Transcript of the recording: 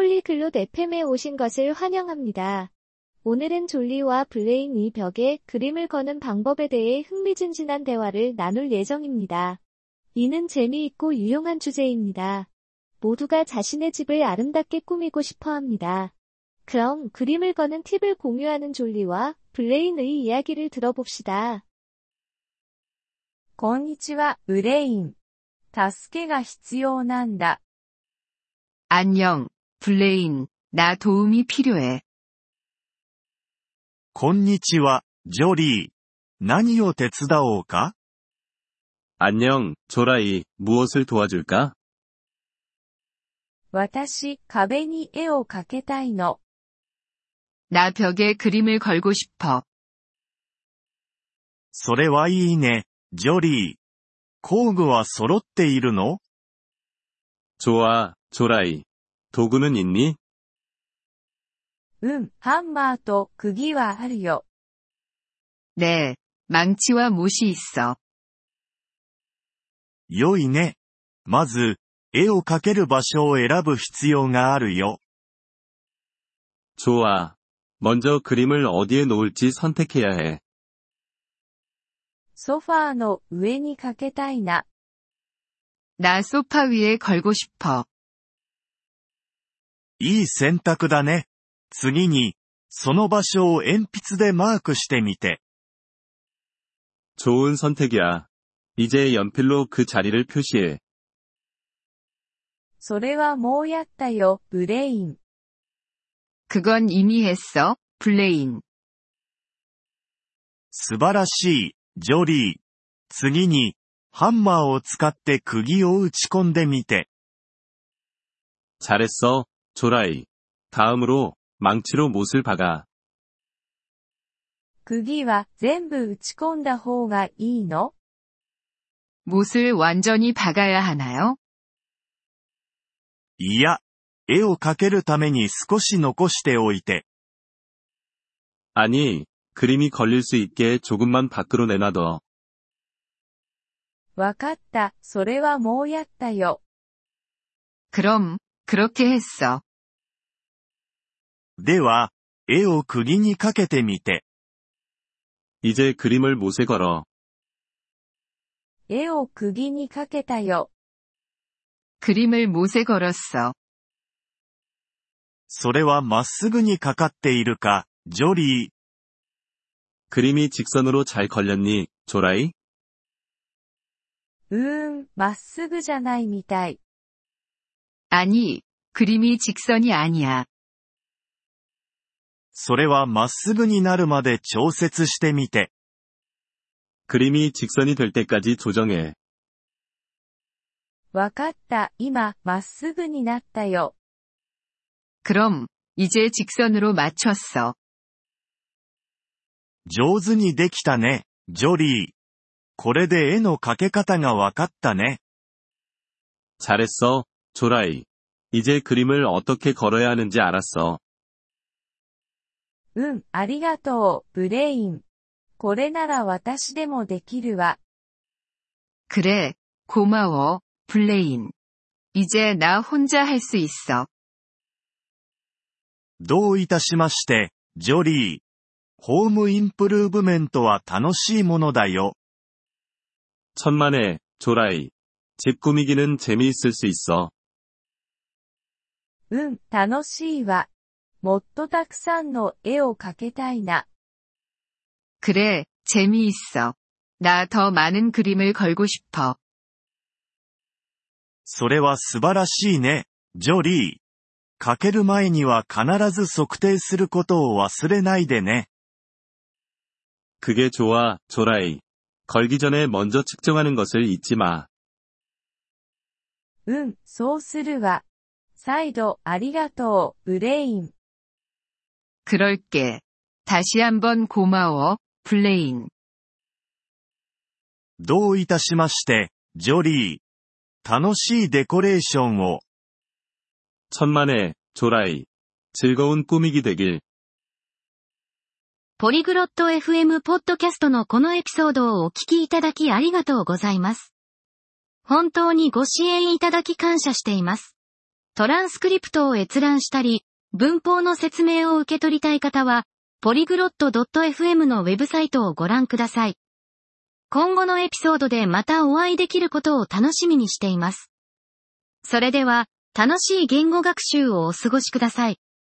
폴리글롯 FM에 오신 것을 환영합니다. 오늘은 졸리와 블레인 이 벽에 그림을 거는 방법에 대해 흥미진진한 대화를 나눌 예정입니다. 이는 재미있고 유용한 주제입니다. 모두가 자신의 집을 아름답게 꾸미고 싶어 합니다. 그럼 그림을 거는 팁을 공유하는 졸리와 블레인의 이야기를 들어봅시다. こんにちは、ブレイン。助けが必要なんだ。 안녕, 블레인. 나 도움이 필요해. こんにちは、ジョリー。何を手伝おうか 안녕, 조라이. 무엇을 도와줄까? 私、壁に絵を描けたいの。 나 벽에 그림을 걸고 싶어. それはいいね、ジョリー。工具は揃っているの 좋아, 조라이. 도구는 있니? うん、ハンマーと釘はあるよ。 네, 망치와 못이 있어. 良いね。まず、絵を描ける場所を選ぶ必要があるよ。 좋아. 먼저 그림을 어디에 놓을지 선택해야 해. ソファーの上に描けたいな。 나 소파 위에 걸고 싶어. いい選択だね。次に、その場所を鉛筆でマークしてみて。 좋은 선택이야. 이제 연필로 그 자리를 표시해. それはもうやったよ、ブレイン。 그건 이미 했어, 블레인. 素晴らしい、ジョリー。次に、ハンマーを使って釘を打ち込んでみて。 잘했어, 조라이. 다음으로 망치로 못을 박아. 釘は全部打ち込んだ方がいいの 못을 완전히 박아야 하나요? いや、絵を描けるために少し残しておいて。 아니, 그림이 걸릴 수 있게 조금만 밖으로 내놔둬. わかった、それはもうやったよ。 그럼, 그렇게 했어. では、絵を釘にかけてみて。 이제 그림을 못에 걸어. 絵を釘に描けたよ。 그림을 못에 걸었어. それはまっすぐにかかっているか、ジョリー。 그림이 직선으로 잘 걸렸니, 조라이? うーん、まっすぐじゃないみたい。 아니, 그림이 직선이 아니야. それはまっすぐになるまで調節してみて。 그림이 직선이 될 때까지 조정해. わかった、今、まっすぐになったよ。 그럼, 이제 직선으로 맞췄어. 上手にできたね、ジョリー。これで絵の描け方がわかったね。 잘했어, 조라이. 이제 그림을 어떻게 걸어야 하는지 알았어. うん、ありがとう、ブレイン。これなら私でもできるわ。 그래, 고마워, 블레인. 이제 나 혼자 할 수 있어. どういたしまして、ジョリー。ホームインプルーブメントは楽しいものだよ。 천만에, 조라이. 집 꾸미기는 재미있을 수 있어. うん、楽しいわ。もっとたくさんの絵を描けたいな。 그래, 재미있어. 나 더 많은 그림을 걸고 싶어. それは素晴らしいね、ジョリー。かける前には必ず測定することを忘れないでね。 그게 좋아, 조라이. 걸기 전에 먼저 측정하는 것을 잊지 마. うん、そうするわ。再度、ありがとう、ブレイン。 그럴게. 다시 한번 고마워, 블레인. どういたしまして、ジョリー。楽しいデコレーションを。 천만에, 조라이. 즐거운 꾸미기 되길. ポリグロット FM ポッドキャストのこのエピソードをお聞きいただきありがとうございます。本当にご支援いただき感謝しています。トランスクリプトを閲覧したり、文法の説明を受け取りたい方は、ポリグロット .fm のウェブサイトをご覧ください。今後のエピソードでまたお会いできることを楽しみにしています。それでは、楽しい言語学習をお過ごしください。